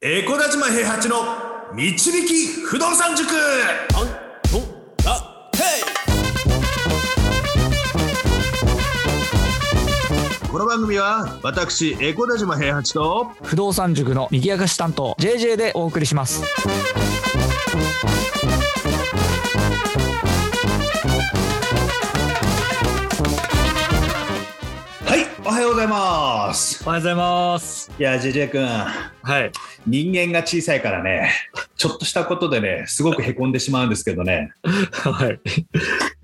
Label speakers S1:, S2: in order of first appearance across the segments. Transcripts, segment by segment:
S1: エコダ島平八の導き不動産塾
S2: アントンラヘ
S1: この番組は私エコダ島平八と
S3: 不動産塾の右明かし担当 JJ でお送りします
S1: はいおはようございます
S3: おはようございます
S1: いや JJ 君
S3: はい
S1: 人間が小さいからねちょっとしたことでねすごくへこんでしまうんですけどね
S3: はい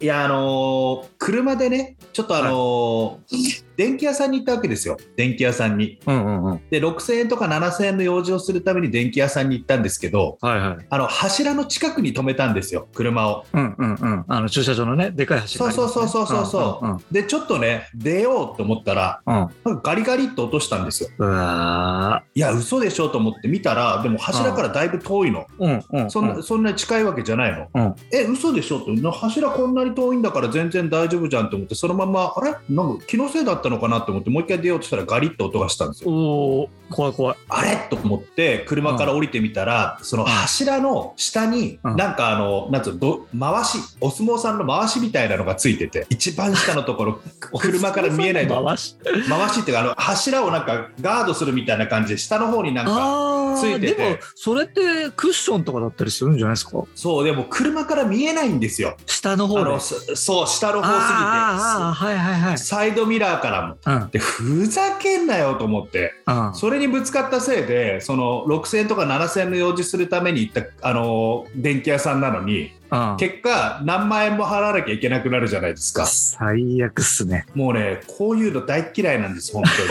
S1: いやあのー車でねちょっとあのー電気屋さんに行ったわけですよ電気屋さんに
S3: うんうんうんはい
S1: で6000円とか7000円の用事をするために電気屋さんに行ったんですけど
S3: はい
S1: あの柱の近くに止めたんですよ車を
S3: うんうんうんあの駐車場のねでかい橋がありますね
S1: そうそうそうそうそう
S3: うんうん
S1: でちょっとね出ようと思ったら
S3: うんうん
S1: なんかガリガリっと落としたんですよ。
S3: うわ
S1: いや、嘘でしょと思って見たら、でも柱からだいぶ遠いの。
S3: ーうんうんうん
S1: そんなそんなに近いわけじゃないの。
S3: うん
S1: え、嘘でしょって、な柱こんなに遠いんだから全然大丈夫じゃんと思って、そのまま、あれなんか気のせいだったのかなと思って、もう一回出ようとしたらガリッと音がしたんですよ。
S3: おお怖い怖い
S1: あれと思って、車から降りてみたら、その柱の下に、
S3: うん
S1: なんかあの、なんつうの、ど回し、お相撲さんの回しみたいなのがついてて、一番下のと ころ、車から見えないところ
S3: 回し
S1: 回しっていうかあの柱をなんかガードするみたいな感じで下の方になんか
S3: あ
S1: つい
S3: ー
S1: て
S3: で
S1: て
S3: もそれってクッションとかだったりするんじゃないですか
S1: そうでも車から見えないんですよ
S3: 下の
S1: あ
S3: 方で
S1: のそそう下の
S3: あーあーあー
S1: 方す
S3: はいはいはい
S1: ぎてサイドミラーからも
S3: うん
S1: でふざけんなよと思って
S3: うん
S1: それにぶつかったせいでその6000円とか7000円の用事するために行ったあの電気屋さんなのに
S3: うん
S1: 結果何万円も払わなきゃいけなくなるじゃないですか
S3: 最悪っすね
S1: もうねこういうの大っ嫌いなんです本当に。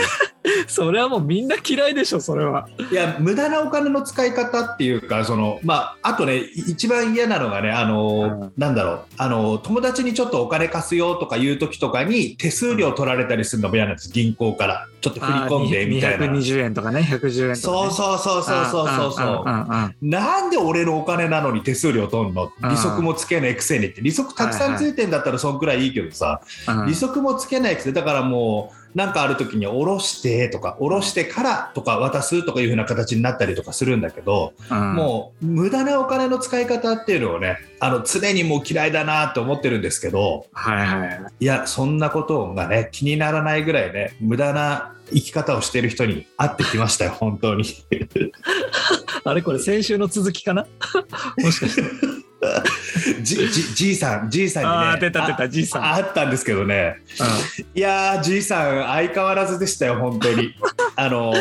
S3: それはもうみんな嫌いでしょそれはい
S1: や無駄なお金の使い方っていうかその、まあ、あとねい一番嫌なのがねあの、
S3: うん
S1: なんだろうあの友達にちょっとお金貸すよとか言う時とかに手数料取られたりするのも嫌なんです銀行からちょっと振り込んでみたい
S3: あー
S1: な。
S3: 220円とかね110円とか、
S1: そ
S3: ね、
S1: うそうそうそうそうそうそう
S3: う
S1: なんで俺のお金なのに手数料取んの
S3: うん
S1: 利息もつけないくせにって利息たくさんついてんだったらそんくらいいいけどさ
S3: ん
S1: 利息もつけないくせだからもうなんかある時に下ろしてとか下ろしてからとか渡すとかいうふうな形になったりとかするんだけど、
S3: も
S1: もう無駄なお金の使い方っていうのをねあの常にもう嫌いだなと思ってるんですけど
S3: うんはいはい
S1: いやそんなことがね気にならないぐらいね無駄な生き方をしてる人に会ってきましたよ本当に
S3: あれこれ先週の続きかなもしかして
S1: じじじいさんじいさんにね
S3: あー出た出たじいさん
S1: ああったんですけどねいやーじいさん相変わらずでしたよ本当 にあの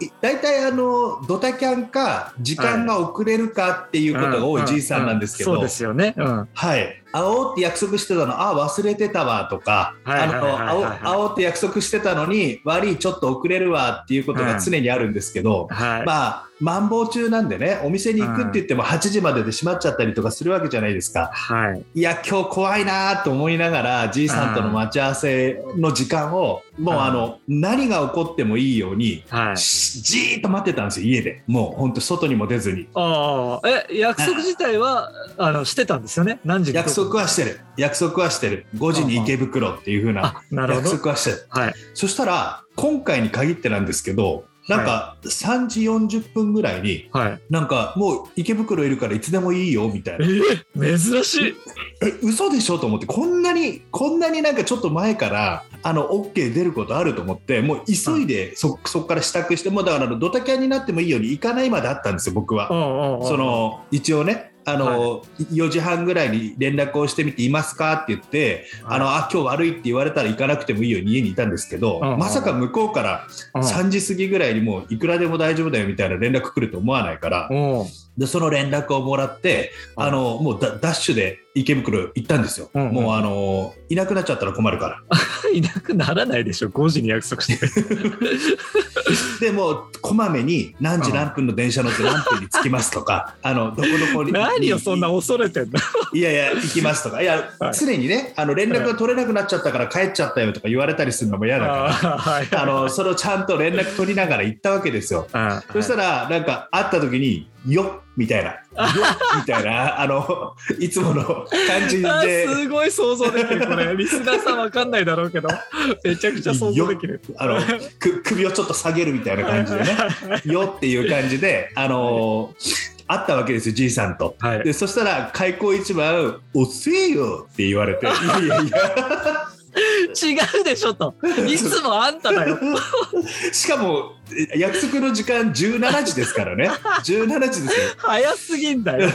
S1: い大体あのドタキャンか時間が遅れるかっていうことが多いじいさんなんですけど、
S3: そうですよねうん
S1: はい、会おうって約束してたの、あ忘れてたわとか、
S3: はい
S1: あ
S3: はいはいは
S1: の
S3: い
S1: 会おう会おうって約束してたのに、悪い、ちょっと遅れるわっていうことが常にあるんですけど、
S3: はい
S1: まあ、マンボウ中なんでね、お店に行くって言っても8時までで閉まっちゃったりとかするわけじゃないですか。
S3: はい
S1: いや、今日怖いなと思いながら、じいさんとの待ち合わせの時間を、もう
S3: うん
S1: あの、何が起こってもいいように、
S3: はい
S1: しじーっと待ってたんですよ、家で。もう本当、外にも出ずに。
S3: ああえ約束自体はあのしてたんですよね何時に
S1: 約束はしてる約束はしてる5時に池袋っていう風な
S3: あなるほ
S1: 約
S3: ど
S1: 束はしてる
S3: はい
S1: そしたら今回に限ってなんですけどなんか3時40分ぐらいに
S3: はい
S1: なんかもう池袋いるからいつでもいいよみたい
S3: え
S1: な
S3: ー珍しい
S1: え嘘でしょと思ってこんなにこんなになんかちょっと前からあの OK 出ることあると思ってもう急いでそそこから支度してもうだからあのドタキャンになってもいいように行かないまであったんですよ僕は
S3: う。んうんうん
S1: その一応ねあの、4時半ぐらいに連絡をしてみていますかって言って、
S3: は
S1: あ
S3: い
S1: のあ今日悪いって言われたら行かなくてもいいように家にいたんですけど、
S3: うんうん
S1: まさか向こうから
S3: うん
S1: 3時過ぎぐらいにもういくらでも大丈夫だよみたいな連絡来ると思わないから、
S3: うん
S1: でその連絡をもらって、
S3: うん
S1: あのもうダダッシュで池袋行ったんですよ、
S3: うんうん
S1: もうあのいなくなっちゃったら困るから
S3: いなくならないでしょ5時に約束し て
S1: でもうこまめに何時何分の電車乗って何分に着きますと か、あのどこどこに
S3: 何よそんな恐れてんの
S1: いやいや、行きますとか、いや、
S3: はい
S1: 常にね、あの連絡が取れなくなっちゃったから帰っちゃったよとか言われたりするのも嫌だか
S3: あーはい
S1: ら、あのそれをちゃんと連絡取りながら行ったわけですよ。
S3: あ
S1: そしたら、なんか会った時に、よみたいな、よみたいな、あの、いつもの感じ
S3: あ
S1: で、
S3: すごい想像できる これリスナーさんわかんないだろうけどめちゃくちゃ想像できる
S1: あ のく首をちょっと下げるみたいな感じでね、よっていう感じで、あの、あったわけですよ、じいさんと。
S3: はい
S1: でそしたら開口一番「おせえよ」って言われて「 いやいやいや
S3: 違うでしょといつもあんただよ
S1: しかもえ約束の時間17時ですから ね17時ですよ
S3: 早すぎんだよ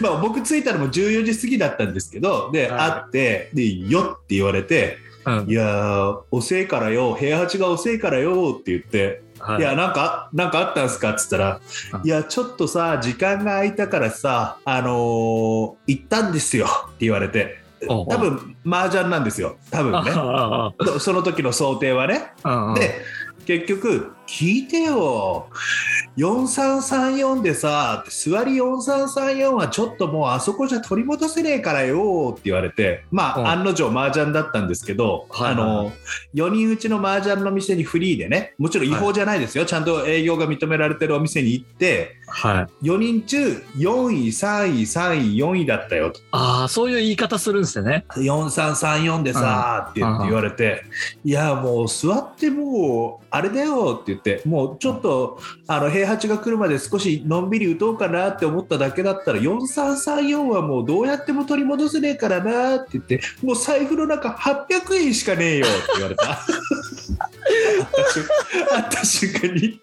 S1: まあ僕着いたのも14時過ぎだったんですけどで、
S3: はい
S1: 会ってで「よ」って言われて「いやーおせえからよ平八がおせえからよ」って言って「いやなんかなんかあったんすか?」っつったら
S3: う
S1: 「
S3: ん
S1: いやちょっとさ時間が空いたからさあのー行ったんですよ」って言われて
S3: 多
S1: 多分麻雀なんですよ多分ね。
S3: あ
S1: そその時の想定はね。
S3: あああ
S1: で結局「聞いてよ4334でさ座り4334はちょっともうあそこじゃ取り戻せねえからよ」って言われてまあ、
S3: うん
S1: 案の定麻雀だったんですけど、
S3: はいはい
S1: あの4人うちの麻雀の店にフリーでねもちろん違法じゃないですよ、ちゃんと営業が認められてるお店に行って
S3: はい
S1: 4人中4位3位3位4位だったよと。
S3: ああそういう言い方するんですね
S1: 4334でさーって言って言われて「いやもう座ってもうあれだよ」って言ってもうちょっとあの平八が来るまで少しのんびり打とうかなって思っただけだったら4334はもうどうやっても取り戻せねえからなって言ってもう財布の中800円しかねえよって言われた。あった瞬間に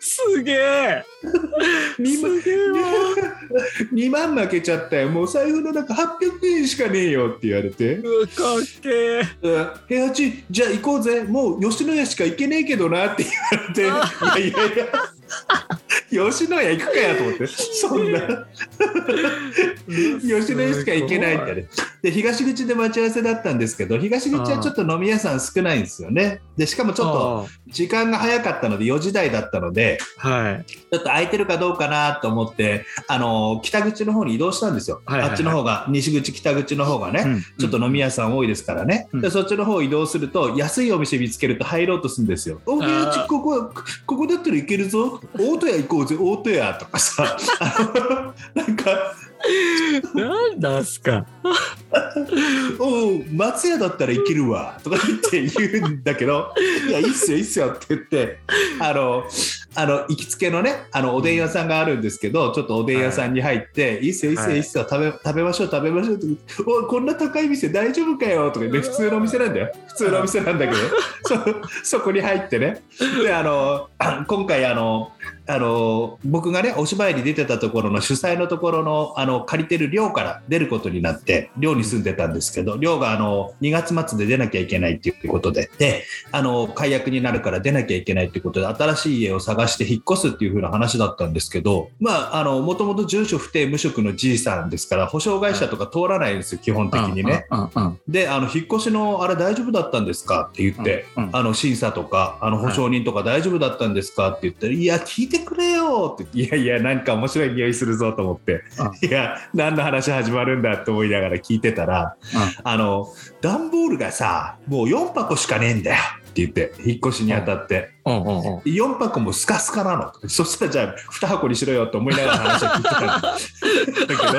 S3: すげえすげえ
S1: 2万負けちゃったよもう財布の中800円しかねえよって言われて
S3: うわかっけ
S1: うん平八じゃあ行こうぜもう吉野家しか行けねえけどなって言われていやいやいや吉野家行くかやと思ってそんな
S3: え
S1: 吉野家しか行けないってねで東口で待ち合わせだったんですけど東口はちょっと飲み屋さん少ないんですよねでしかもちょっと時間が早かったので4時台だったので
S3: とはい
S1: ちょっと空いてるかどうかなと思ってあの北口の方に移動したんですよ、
S3: はいはいはい
S1: あっちの方が西口北口の方がね、ちょっと飲み屋さん多いですからね、
S3: うん
S1: でそっちの方移動すると安いお店見つけると入ろうとするんですよ。お部屋ちここここだったらいけるぞ大戸屋行こうぜ大戸屋とかさ あのなんか
S3: なんだっすか
S1: おう松屋だったらいけるわとか言って言うんだけど いやいいっすよいいっすよって言ってあのあの行きつけのねあのおでん屋さんがあるんですけどちょっとおでん屋さんに入って、い、いっすよいいっすよ、、
S3: はいい
S1: いっすよ食べ食べましょう食べましょうって言っておいこんな高い店大丈夫かよとか言って普通のお店なんだよ普通のお店なんだけどそそこに入ってねであのあ今回あのあの僕がねお芝居に出てたところの主催のところのあの借りてる寮から出ることになって寮に住んでたんですけど寮があの2月末で出なきゃいけないっていうことでであの解約になるから出なきゃいけないっていうことで新しい家を探して引っ越すっていう風な話だったんですけどまああのもともと住所不定無職のじいさんですから保証会社とか通らないんですよ基本的にね。
S3: うんうんうん
S1: であの引っ越しのあれ大丈夫だったんですかって言って、
S3: うんうん
S1: あの審査とかあの保証人とか大丈夫だったんですかって言ったら「いや聞いてくれよ」って「いやいやなんか面白い匂いするぞ」と思って「いや何の話始まるんだ」って思いながら聞いてたら「あの段ボールがさもう4箱しかねえんだよ」って言って引っ越しにあたって。
S3: うんうんうん
S1: 4箱もスカスカなのそしたらじゃあ2箱にしろよと思いながら話を聞いてたんだ だけど2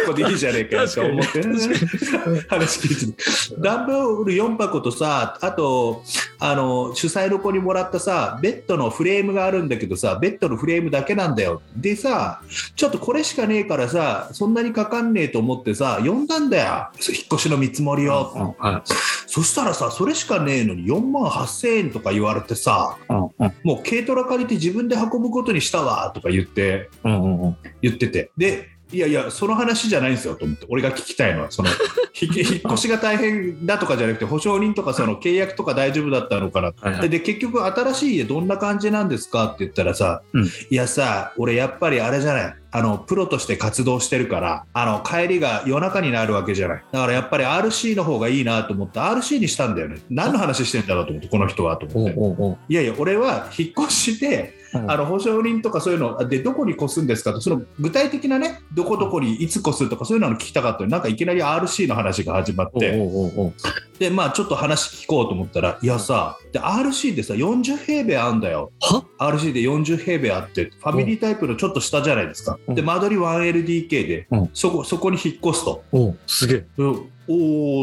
S1: 箱でいいじゃねえかよと思って話聞いてるダンボール4箱とさあとあの主催の子にもらったさベッドのフレームがあるんだけどさベッドのフレームだけなんだよでさちょっとこれしかねえからさそんなにかかんねえと思ってさ呼んだんだよ引っ越しの見積もりを、
S3: うんはい
S1: そしたらさそれしかねえのに4万8000円とか言われてさ
S3: うんうん
S1: もう軽トラ借りて自分で運ぶことにしたわとか言って
S3: うんうんうん
S1: 言っててでいやいやその話じゃないんですよと思って俺が聞きたいのはその 引き引っ越しが大変だとかじゃなくて保証人とかその契約とか大丈夫だったのかな
S3: はいは
S1: で
S3: い
S1: で結局新しい家どんな感じなんですかって言ったらさ、
S3: うん
S1: いやさ俺やっぱりあれじゃないあのプロとして活動してるからあの帰りが夜中になるわけじゃないだからやっぱり RC の方がいいなと思って RC にしたんだよね何の話してんだろうと思ってこの人はと思
S3: お
S1: っ
S3: う
S1: て
S3: おうおう
S1: いやいや俺は引っ越して
S3: うん
S1: あの保証人とかそういうのでどこに越すんですかとその具体的なねどこどこにいつ越すとかそういうのを聞きたかったのになんかいきなり RC の話が始まって
S3: おうおうおうおう
S1: でまあちょっと話聞こうと思ったらいやさで RC でさ40平米あんだよ
S3: は
S1: RC で40平米あってファミリータイプのちょっと下じゃないですか
S3: うん
S1: で間取り 1LDK で
S3: うん
S1: そこそこに引っ越すと。
S3: おうすげえ。
S1: でお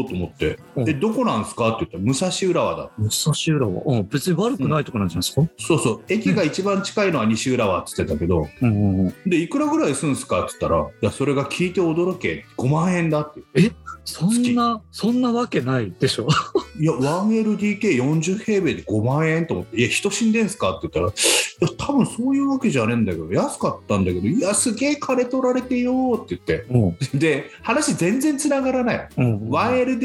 S1: ーと思って「
S3: うん
S1: でどこなんですか?」って言ったら「武蔵浦和だ」
S3: 武蔵浦和。うん、別に悪くないとこなんじゃないですか。
S1: そうそう駅が一番近いのは西浦和って言ってたけど
S3: うんうんうん。
S1: でいくらぐらいするんですかって言ったら「いやそれが聞いて驚け5万円だ」って
S3: そんな、そんなわけないでしょ。
S1: 「いや 1LDK40 平米で5万円?」と思って「いや人死んでんすか?」って言ったら「いや多分そういうわけじゃねえんだけど安かったんだけどいやすげえ金取られてよ」って言って
S3: うん。
S1: で話全然つながらない。
S3: うん。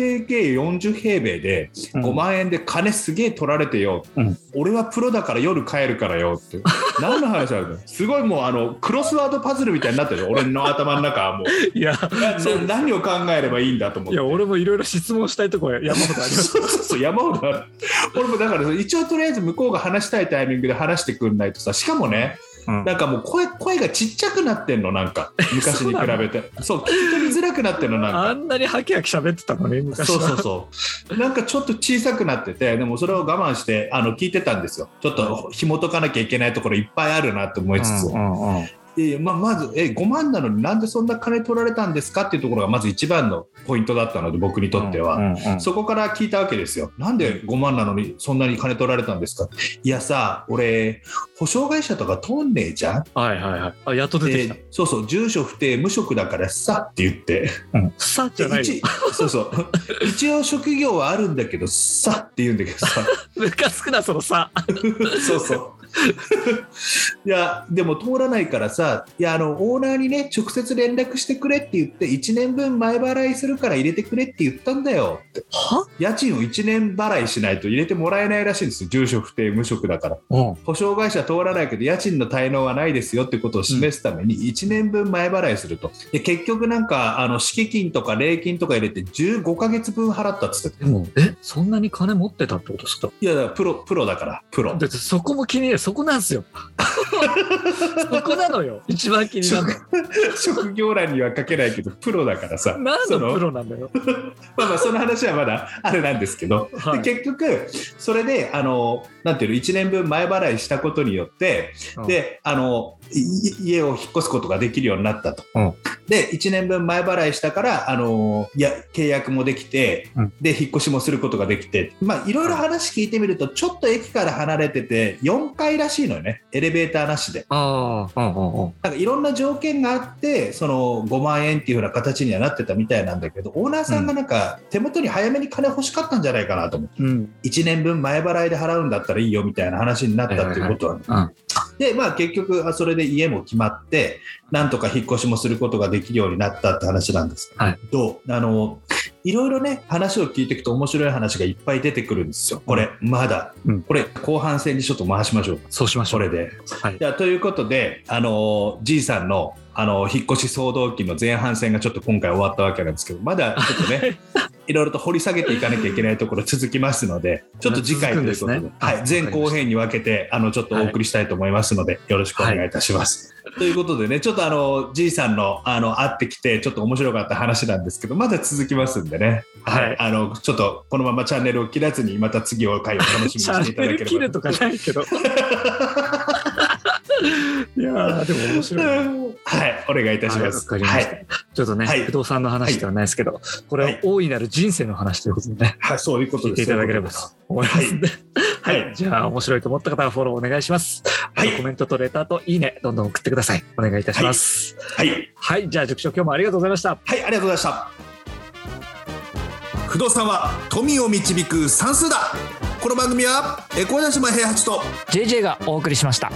S1: 1LDK40 平米で5万円で金すげえ取られてよ、
S3: うん
S1: 俺はプロだから夜帰るからよって何の話あるのすごいもうあのクロスワードパズルみたいになってる俺の頭の中はもう
S3: いや、
S1: な
S3: そう
S1: 何を考えればいいんだと思っ
S3: い
S1: て
S3: や、俺もいろいろ質問したいとこ山ほどあります。
S1: そうそうそう山ほどある俺もだから一応とりあえず向こうが話したいタイミングで話してくんないとさしかもね
S3: うん
S1: なんかもう声声がちっちゃくなってんのなんか昔に比べてそう聞き取りづらくなってんのなんか
S3: あんなにハキハキ喋ってたのね、昔
S1: そう
S3: は
S1: そうそう。なんかちょっと小さくなってて、でもそれを我慢して、あの、聞いてたんですよ。ちょっと紐解かなきゃいけないところいっぱいあるなと思いつつ。
S3: うんうんうん
S1: いやまあ、まず、え、5万なのになんでそんな金取られたんですかっていうところがまず一番のポイントだったので、僕にとっては。
S3: うんうんうん
S1: そこから聞いたわけですよ。なんで5万なのにそんなに金取られたんですかいやさ、俺、保証会社とか通んねえじゃん
S3: はいはいはい。あ、やっと出てきた。
S1: でそうそう、住所不定、無職だからさって言って。
S3: うんさあじゃないよ
S1: 一そう そう一応職業はあるんだけどさって言うんだけど さ
S3: ムカつくな、そのさ。
S1: そうそういやでも通らないからさいやあのオーナーにね直接連絡してくれって言って1年分前払いするから入れてくれって言ったんだよって
S3: は
S1: 家賃を1年払いしないと入れてもらえないらしいんですよ住所不定無職だから
S3: うん。
S1: 保証会社通らないけど家賃の滞納はないですよってことを示すために1年分前払いするとで結局なんかあの敷金とか礼金とか入れて15ヶ月分払ったっつって
S3: でも、え、そんなに金持ってたってことですか
S1: いやだからプロプロだからプロ
S3: だってそこも気になる。そこなん ですよ。そこなのよ。一番気になる
S1: 職業欄には書けないけどプロだからさ
S3: の。何
S1: そ
S3: の
S1: の
S3: プロなんだよ。
S1: まあまあその話はまだあれなんですけど、
S3: は
S1: で結局それであのなんていうの1年分前払いしたことによって、
S3: うん
S1: であのい家を引っ越すことができるようになったと、
S3: うん
S1: で1年分前払いしたからあのいや契約もできて、
S3: うん
S1: で引っ越しもすることができてまあいろいろ話聞いてみるとちょっと駅から離れてて4階らしいのよねエレベーターなしで。
S3: ああ、うんうんうん。
S1: なんかいろんな条件があってその5万円っていうふうな形にはなってたみたいなんだけどオーナーさんがなんか手元に早めに金欲しかったんじゃないかなと思って
S3: うん。
S1: 1年分前払いで払うんだったらいいよみたいな話になったっていうことなんで
S3: うん
S1: でまあ結局あそれで家も決まってなんとか引っ越しもすることができるようになったって話なんですけど、
S3: はい
S1: あのいろいろね話を聞いていくと面白い話がいっぱい出てくるんですよこれまだ、
S3: うん
S1: これ後半戦にちょっと回しましょう
S3: そうしましょ。
S1: そうれで。
S3: はい。
S1: じゃあということで、あのー、じいさんの、あのー引っ越し騒動期の前半戦がちょっと今回終わったわけなんですけどまだちょっと ねいろいろと掘り下げていかなきゃいけないところ続きますのでちょっと次回ということ
S3: 続く
S1: で
S3: んですね
S1: はい、前後編に分けてあのちょっとお送りしたいと思いますので、よろしくお願いいたします。ということでねちょっとあのじいさんのあの会ってきてちょっと面白かった話なんですけどまだ続きますんでね、はい
S3: はい
S1: あのちょっとこのままチャンネルを切らずにまた次を回を楽しみにし
S3: チ
S1: ていただ
S3: ャ
S1: けれ
S3: ンネ
S1: ば
S3: ル切るとかない けど。いやー、でも面白いな。
S1: はい、お願いいたします。
S3: はいわかりました
S1: はい、
S3: ちょっとね、
S1: はい
S3: 不動産の話ではないですけど、これは大いなる人生の話ということでね、
S1: はい、そういうこと
S3: 聞
S1: で
S3: い
S1: す。
S3: ていただければと思いますんで、は、
S1: はいい
S3: はいじゃあ面白いと思った方はフォローお願いします。
S1: はい
S3: あとコメントとレターといいね、どんどん送ってください。お願いいたします。
S1: はい、はい、
S3: はい、じゃあ塾長今日もありがとうございました。
S1: はい、ありがとうございました。不動産は富を導く算数だ。この番組は、え、小島平八と。
S3: JJ がお送りしました。